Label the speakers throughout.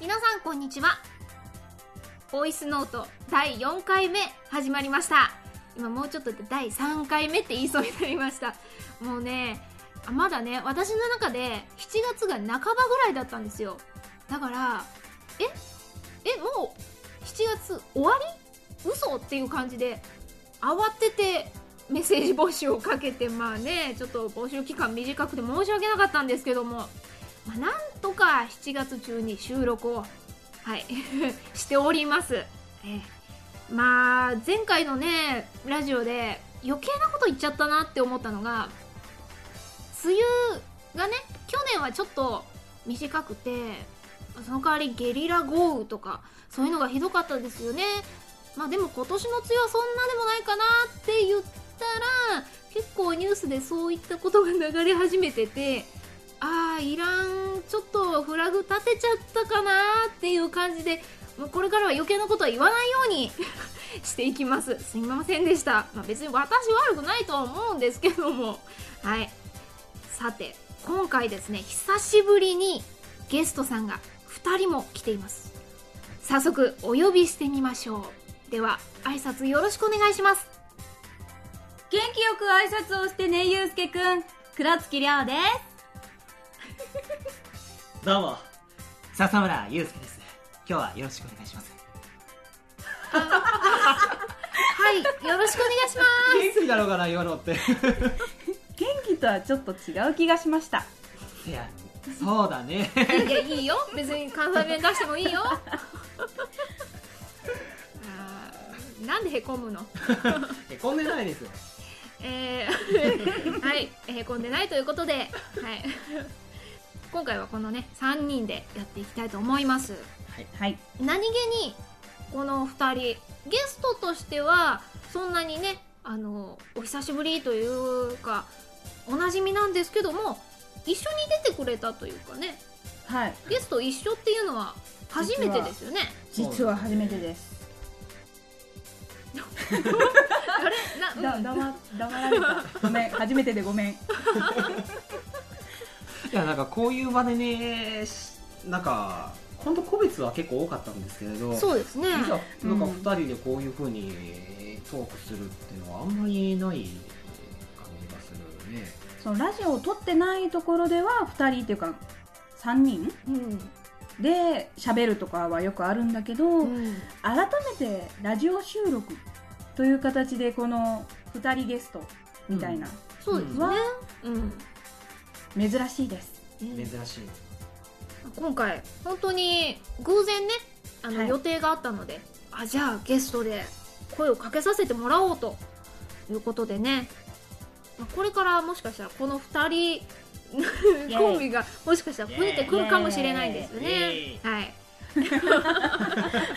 Speaker 1: 皆さんこんにちはボイスノート第4回目始まりました今もうちょっとで第3回目って言いそうになりましたもうねあまだね私の中で7月が半ばぐらいだったんですよだからええもう7月終わり嘘っていう感じで慌ててメッセージ募集をかけてまあねちょっと募集期間短くて申し訳なかったんですけどもまあ、なんとか7月中に収録を、はい、 しております。えーまあ、前回のね、ラジオで余計なこと言っちゃったなって思ったのが、梅雨がね、去年はちょっと短くて、その代わりゲリラ豪雨とか、そういうのがひどかったですよね。まあでも今年の梅雨はそんなでもないかなって言ったら、結構ニュースでそういったことが流れ始めてて、あーいらんちょっとフラグ立てちゃったかなっていう感じでもうこれからは余計なことは言わないように していきますすみませんでした、まあ、別に私悪くないとは思うんですけどもはいさて今回ですね久しぶりにゲストさんが2人も来ています早速お呼びしてみましょうでは挨拶よろしくお願いします
Speaker 2: 元気よく挨拶をしてねゆうすけくん黒月亮です
Speaker 3: どうも笹村祐介です今日はよろしくお願いします
Speaker 1: はいよろしくお願いしま
Speaker 3: 元気だろうかな今のって
Speaker 2: 元気とはちょっと違う気がしました
Speaker 3: いやそうだね
Speaker 1: すいやいいよ別に関西弁出してもいいよあーなんでへこむの
Speaker 3: へこんでないですよ
Speaker 1: えー はい、へこんでないということで、はい、今回はこのね3人でやっていきたいと思います
Speaker 2: はい
Speaker 1: 何気にこの2人ゲストとしてはそんなにねあのお久しぶりというかおなじみなんですけども一緒に出てくれたというかね
Speaker 2: はい
Speaker 1: ゲスト一緒っていうのは初めてですよね
Speaker 2: 実は初めてです
Speaker 1: あれな、うん
Speaker 2: だ黙黙られたご めん初めてでごめん
Speaker 3: いやなんかこういう場でねしなんか本当個別は結構多かったんですけれど
Speaker 1: そうですね
Speaker 3: いざ
Speaker 2: う
Speaker 3: なんんか2人でこういうふうにトークするっていうのはあんまりない感じがするね
Speaker 2: そのラジオを撮ってないところでは2人っていうか3人
Speaker 1: うん、
Speaker 2: で喋るとかはよくあるんだけど、
Speaker 1: うん
Speaker 2: 改めてラジオ収録という形でこの2人ゲストみたいな、
Speaker 1: そうですね
Speaker 2: は、
Speaker 1: うん
Speaker 2: 珍しいです
Speaker 1: うん
Speaker 3: 珍しい
Speaker 1: 今回本当に偶然ねあの
Speaker 2: はい
Speaker 1: 予定があったので、あじゃあゲストで声をかけさせてもらおうということでねまあこれからもしかしたらこの2人
Speaker 2: イエイ
Speaker 1: コンビがもしかしたら増えてくるかもしれないですよ
Speaker 3: イエイイ
Speaker 1: ね
Speaker 3: エイ
Speaker 1: はい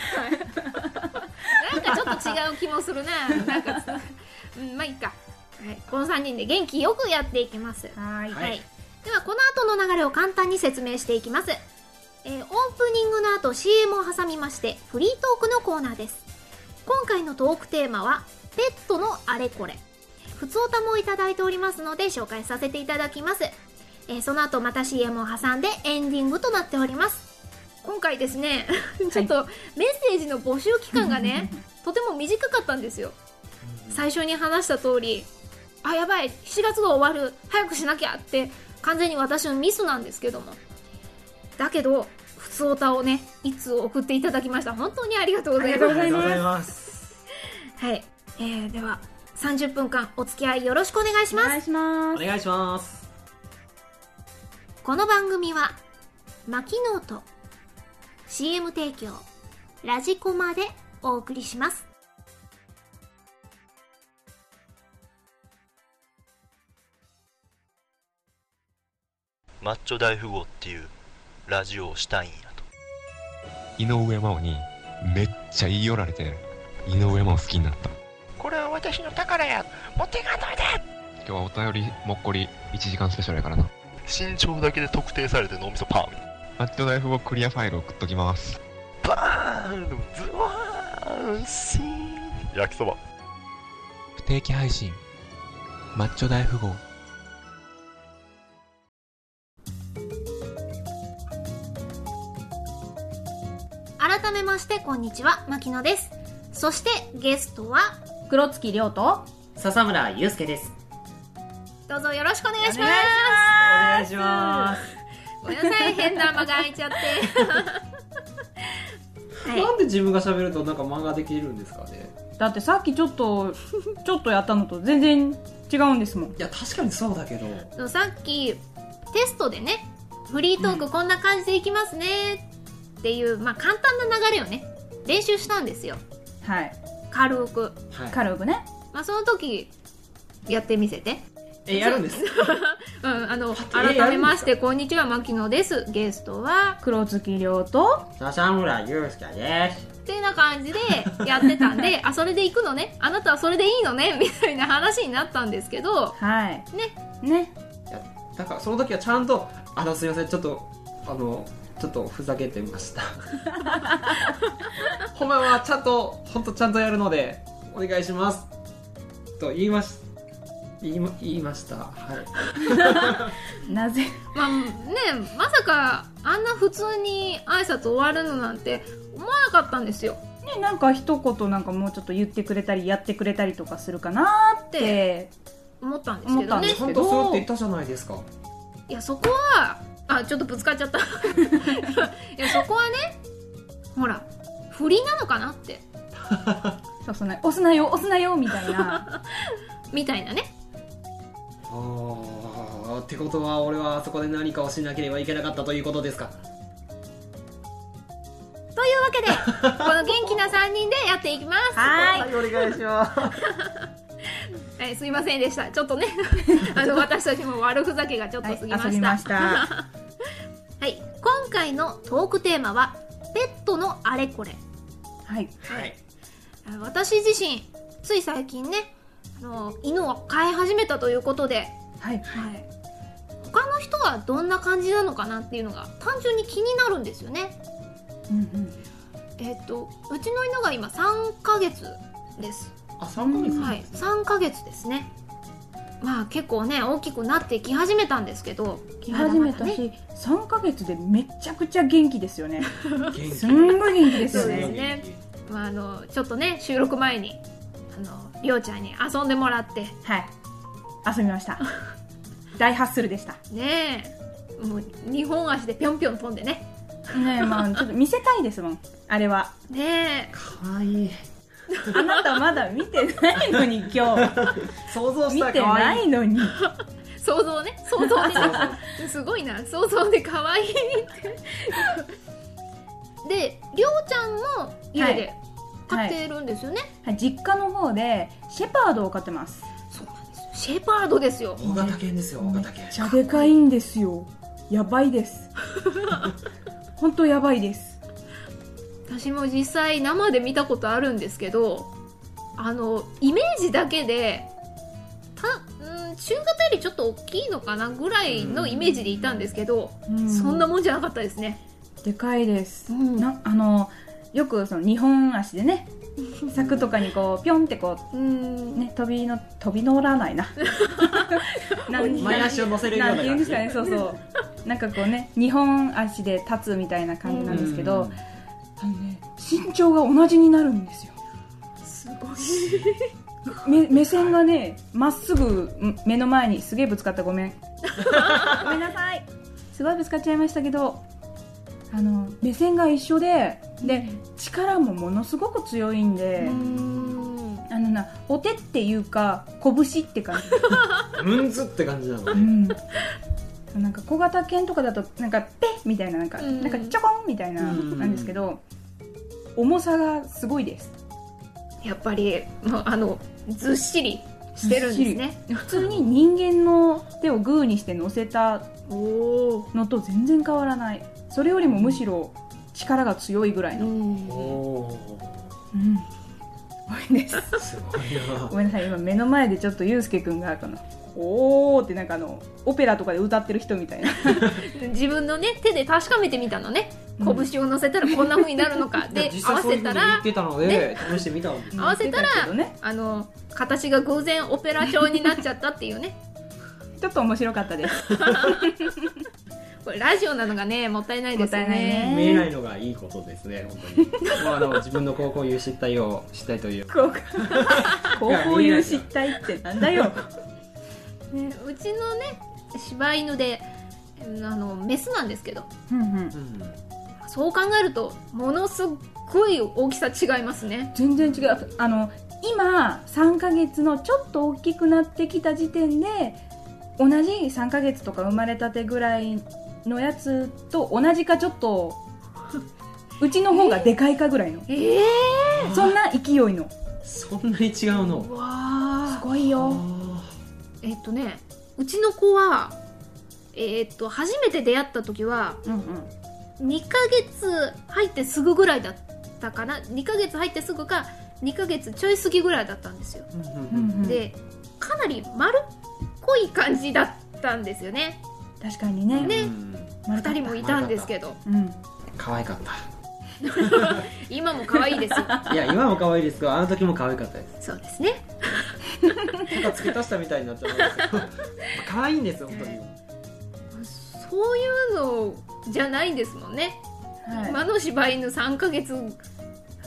Speaker 1: なんかちょっと違う気もするななんかつ、うん、まあいいか、はい、この3人で元気よくやっていきます
Speaker 2: はい
Speaker 3: は
Speaker 1: はいい、ではこの後の流れを簡単に説明していきます、えーオープニングの後 CM を挟みましてフリートークのコーナーです今回のトークテーマはペットのあれこれ普通歌もいただいておりますので紹介させていただきます、えーその後また CM を挟んでエンディングとなっております今回ですね ちょっとメッセージの募集期間が ねとても短かったんですよ最初に話した通りあやばい7月が終わる早くしなきゃって完全に私のミスなんですけどもだけど普通歌をねいつ送っていただきました本当にありがとうございます
Speaker 2: ありがとうござい
Speaker 3: ます
Speaker 1: はい、えー、では30分間お付き合いよろしくお願いし
Speaker 2: お
Speaker 1: ます、
Speaker 2: 願いしま
Speaker 3: お
Speaker 2: す
Speaker 3: 願いします
Speaker 1: この番組はマキノート CM 提供ラジコマでお送りします
Speaker 4: マッチョ大富豪っていうラジオをしたいんやと
Speaker 5: 井上真央にめっちゃ言い寄られて井上真央好きになった
Speaker 4: これは私の宝や持っていかないで
Speaker 5: 今日はお便りもっこり1時間スペシャルやからな
Speaker 4: 身長だけで特定されて脳みそパン
Speaker 5: マッチョ大富豪クリアファイル送っときます。
Speaker 4: バーンズワーンシーン焼きそば
Speaker 6: 不定期配信マッチョ大富豪
Speaker 1: 改めましてこんにちは牧野ですそしてゲストは
Speaker 2: 黒月亮と
Speaker 7: 笹村祐介です。
Speaker 1: どうぞよろしくお願いしま
Speaker 7: お願いします。
Speaker 1: すごめんなさい変な間が空いち ゃってはい
Speaker 3: なんで自分が喋るとなんか漫画できるんですかね
Speaker 2: だってさっきちょっとちょっとやったのと全然違うんですもん
Speaker 3: いや確かにそうだけど
Speaker 1: そうさっきテストでねフリートークこんな感じでいきますねっていう、まあ簡単な流れをね練習したんですよ
Speaker 2: はい
Speaker 1: 軽く
Speaker 3: はい
Speaker 2: 軽くね
Speaker 1: まあその時やってみせて
Speaker 3: えやるんです
Speaker 1: うんあの
Speaker 3: え
Speaker 1: 改めましてこんにちは牧野ですゲストは
Speaker 2: 黒月亮と
Speaker 7: 笹村祐介です。
Speaker 1: ってな感じでやってたん であそれで行くのねあなたはそれでいいのねみたいな話になったんですけど
Speaker 2: はいねね
Speaker 3: だからその時はちゃんと「あのすいませんちょっとあのちょっとふざけてま した」「本番はちゃんと本当ちゃんとやるのでお願いします」と言いまし言いま言いましたはい
Speaker 2: なぜ
Speaker 1: まあねまさかあんな普通に挨拶終わるのなんて思わなかったんですよ
Speaker 2: ねなんか一言なんかもうちょっと言ってくれたりやってくれたりとかするかなーって
Speaker 1: 思ったんですけ
Speaker 2: 思った
Speaker 1: ど
Speaker 2: んで
Speaker 1: ね
Speaker 2: す
Speaker 3: ちゃんとそうって言ったじゃないですか
Speaker 1: いやそこはあちょっとぶつかっちゃった いやそこはねほら振りなのかなって
Speaker 2: そうそうね押すなよ押すなよみたいな
Speaker 1: みたいなね
Speaker 3: あーってことは俺はあそこで何かをしなければいけなかったということですか
Speaker 1: というわけでこの元気な3人でやっていきます
Speaker 2: はーい
Speaker 3: お願いします
Speaker 1: えーすいませんでしたちょっ とねあの私たちも悪ふざけがちょっと過ぎま
Speaker 2: はい、遊び
Speaker 1: した,、
Speaker 2: ま した
Speaker 1: はい、今回のトークテーマはペットのあれこれ
Speaker 2: はい
Speaker 3: はい
Speaker 1: あの私自身つい最近ねあの犬を飼い始めたということで、
Speaker 2: は
Speaker 1: は
Speaker 2: い
Speaker 1: い、他の人はどんな感じなのかなっていうのが単純に気になるんですよね
Speaker 2: うんうん
Speaker 1: えっとうちの犬が今3ヶ月です
Speaker 3: あ三3ヶ月、
Speaker 1: はい、3ヶ月ですねまあ結構ね大きくなってき始めたんですけど
Speaker 2: 来始め
Speaker 1: まだまだ
Speaker 2: た
Speaker 1: ね
Speaker 2: し、3ヶ月でめちゃくちゃ元気ですよね
Speaker 3: 元気
Speaker 2: すんごい元気ですよ
Speaker 1: そうです
Speaker 2: ね
Speaker 1: ねまあ、あのちょっとね収録前にあのりょうちゃんに遊んでもらって
Speaker 2: はい遊びました大ハッスルでした
Speaker 1: ねえもう2本足でぴょんぴょん飛んでね
Speaker 2: ねえまあちょっと見せたいですもんあれは
Speaker 1: ね
Speaker 3: かわいい
Speaker 2: あなたまだ見てないのに今日
Speaker 3: 想像し
Speaker 2: 見
Speaker 3: た
Speaker 2: て
Speaker 3: かわ
Speaker 2: ない
Speaker 3: い
Speaker 2: いのに
Speaker 1: え想像ね想 像で
Speaker 3: そう
Speaker 1: すごいな想像で可愛いってでりょうちゃんも家で飼ってるんですよね、
Speaker 2: はい実家の方でシェパードを飼ってます
Speaker 1: そうなんですよシェパードですよ
Speaker 3: 大型犬ですよ大
Speaker 2: めっ
Speaker 3: 型犬
Speaker 2: ちゃでかいんですよやばいです 本当やばいです
Speaker 1: 私も実際生で見たことあるんですけどあのイメージだけでたうん中型よりちょっと大きいのかなぐらいのイメージでいたんですけど、
Speaker 2: うん
Speaker 1: そんなもんじゃなかったですね、
Speaker 2: でかいです、
Speaker 1: うん
Speaker 2: なあのよくその2本足で ね柵とかにこうピョンってこ
Speaker 1: う
Speaker 2: うんね飛びの飛び乗らない ななん
Speaker 3: 前足を乗せるような
Speaker 2: なんて言うんですかねそうそうなんかこうね2本足で立つみたいな感じなんですけど、あのね身長が同じになるんですよ
Speaker 1: すごい
Speaker 2: 目目線がねまっすぐん目の前にすげえぶつかったごめんごめんなさいすごいぶつかっちゃいましたけどあの目線が一緒でで力もものすごく強いんで、
Speaker 1: うん
Speaker 2: あのなお手っていうか拳って感じ、
Speaker 3: ムンズって感じなの
Speaker 2: う
Speaker 3: ね
Speaker 2: ん、なんか小型犬とかだとなんかペッみたいななんか,、
Speaker 1: うん
Speaker 2: なんかちょこんみたいな
Speaker 3: うん
Speaker 2: なんですけど、重さがすごいです
Speaker 1: やっぱりもうあのずっしりしてるんですね
Speaker 2: 普通に人間の手をグーにして乗せた
Speaker 1: おお
Speaker 2: のと全然変わらないそれよりもむしろ力が強いぐらいの、
Speaker 3: お
Speaker 1: ー
Speaker 3: お
Speaker 2: うん、すごいです
Speaker 3: すごいな
Speaker 2: ごめんなさい今目の前でちょっとゆうすけくんがこのおーってなんかあのオペラとかで歌ってる人みたいな
Speaker 1: 自分のね手で確かめてみたのね
Speaker 2: うん
Speaker 1: 拳を乗せたらこんな風になるのかで
Speaker 3: 実
Speaker 1: 合
Speaker 3: 際
Speaker 1: わ
Speaker 3: そう
Speaker 1: せ
Speaker 3: いうふ
Speaker 1: た
Speaker 3: うに言
Speaker 1: ら
Speaker 3: ってたので試してみたんです
Speaker 1: 合わせたら
Speaker 2: 言ってけどね
Speaker 1: あの形が偶然オペラ調になっちゃったっていうね
Speaker 2: ちょっと面白かったです
Speaker 1: これラジオなのがねもったいないですよね
Speaker 2: もったいないね
Speaker 3: 見えないのがいいことですね本当にもうあの自分の高校優失態をしたいという
Speaker 2: 高校高校優失態ってなんだよ
Speaker 1: ねうちのね柴犬でうんあのメスなんですけど
Speaker 2: うんうん
Speaker 3: うん
Speaker 1: そう考えるとものすっごい大きさ違いますね
Speaker 2: 全然違うあの今3ヶ月のちょっと大きくなってきた時点で同じ3ヶ月とか生まれたてぐらいのやつと同じかちょっとうちの方がでかいかぐらいの、
Speaker 1: ええ
Speaker 2: そんな勢いの
Speaker 3: そんなに違うの
Speaker 1: ー、わ
Speaker 2: すごいよ
Speaker 3: あ
Speaker 1: えっとねうちの子はえっと初めて出会った時は
Speaker 2: うんうん
Speaker 1: 2ヶ月入ってすぐぐらいだったかな2ヶ月入ってすぐか2ヶ月ちょい過ぎぐらいだったんですよ、
Speaker 3: ーうん
Speaker 2: うんうん
Speaker 1: でかなり丸っこい感じだったんですよね
Speaker 2: 確かにね
Speaker 3: うん
Speaker 1: ね
Speaker 2: 丸か
Speaker 1: 2人
Speaker 2: った
Speaker 1: もいたんですけど
Speaker 2: うん
Speaker 3: 可愛かっ
Speaker 1: 今も可愛いです よ
Speaker 3: たいや今も可愛いですけどあの時も可愛かったです
Speaker 1: そうですね
Speaker 3: なんか付け足したみたいになっちゃうんですけど 可愛いんですよ本当に
Speaker 1: そういうのじゃないんですもんね、
Speaker 2: はい
Speaker 1: 今の柴犬3ヶ月
Speaker 2: はい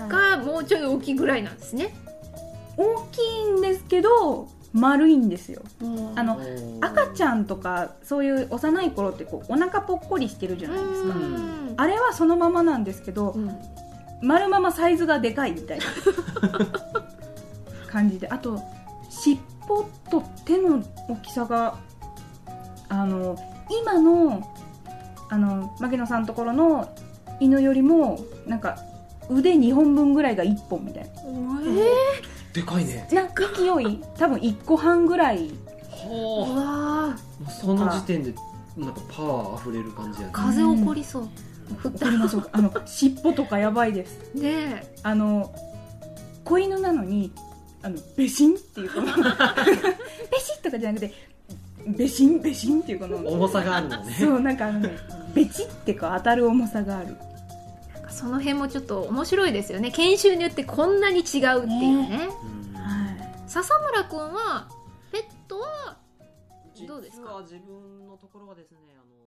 Speaker 1: がもうちょい大きいぐらいなんですね、
Speaker 2: 大きいんですけど丸いんですよあの赤ち
Speaker 3: ゃん
Speaker 2: ゃんとかそういう幼い頃ってこうお腹ぽっこりしてるじゃないですか
Speaker 1: うん
Speaker 2: あれはそのままなんですけど、
Speaker 1: うん
Speaker 2: 丸ままサイズがでかいみたいな感じであと尻尾と手の大きさがあの今のあの牧野さんのところの犬よりもなんか腕2本分ぐらいが1本みたい
Speaker 1: え
Speaker 3: でかいね
Speaker 2: ななんか勢い多分1個半ぐらい
Speaker 1: ー、
Speaker 3: は
Speaker 1: うわー
Speaker 3: あその時点でなんかパワーあふれる感じやね
Speaker 1: 風起こりそう、振った
Speaker 2: ありましょうかあの尻尾とかやばいです
Speaker 1: ねえ
Speaker 2: あの子犬なのにあのべしんっ ていうこのべしっとかじゃなくてべしんべしんっていうこの
Speaker 3: 重さがあるのね
Speaker 2: そうなんかあのねべちってか当たる重さがある
Speaker 1: なんかその辺もちょっと面白いですよね研修によってこんなに違うっていうね
Speaker 3: うん
Speaker 1: 笹村君はペットはどうですか
Speaker 3: 実は自分のところはですね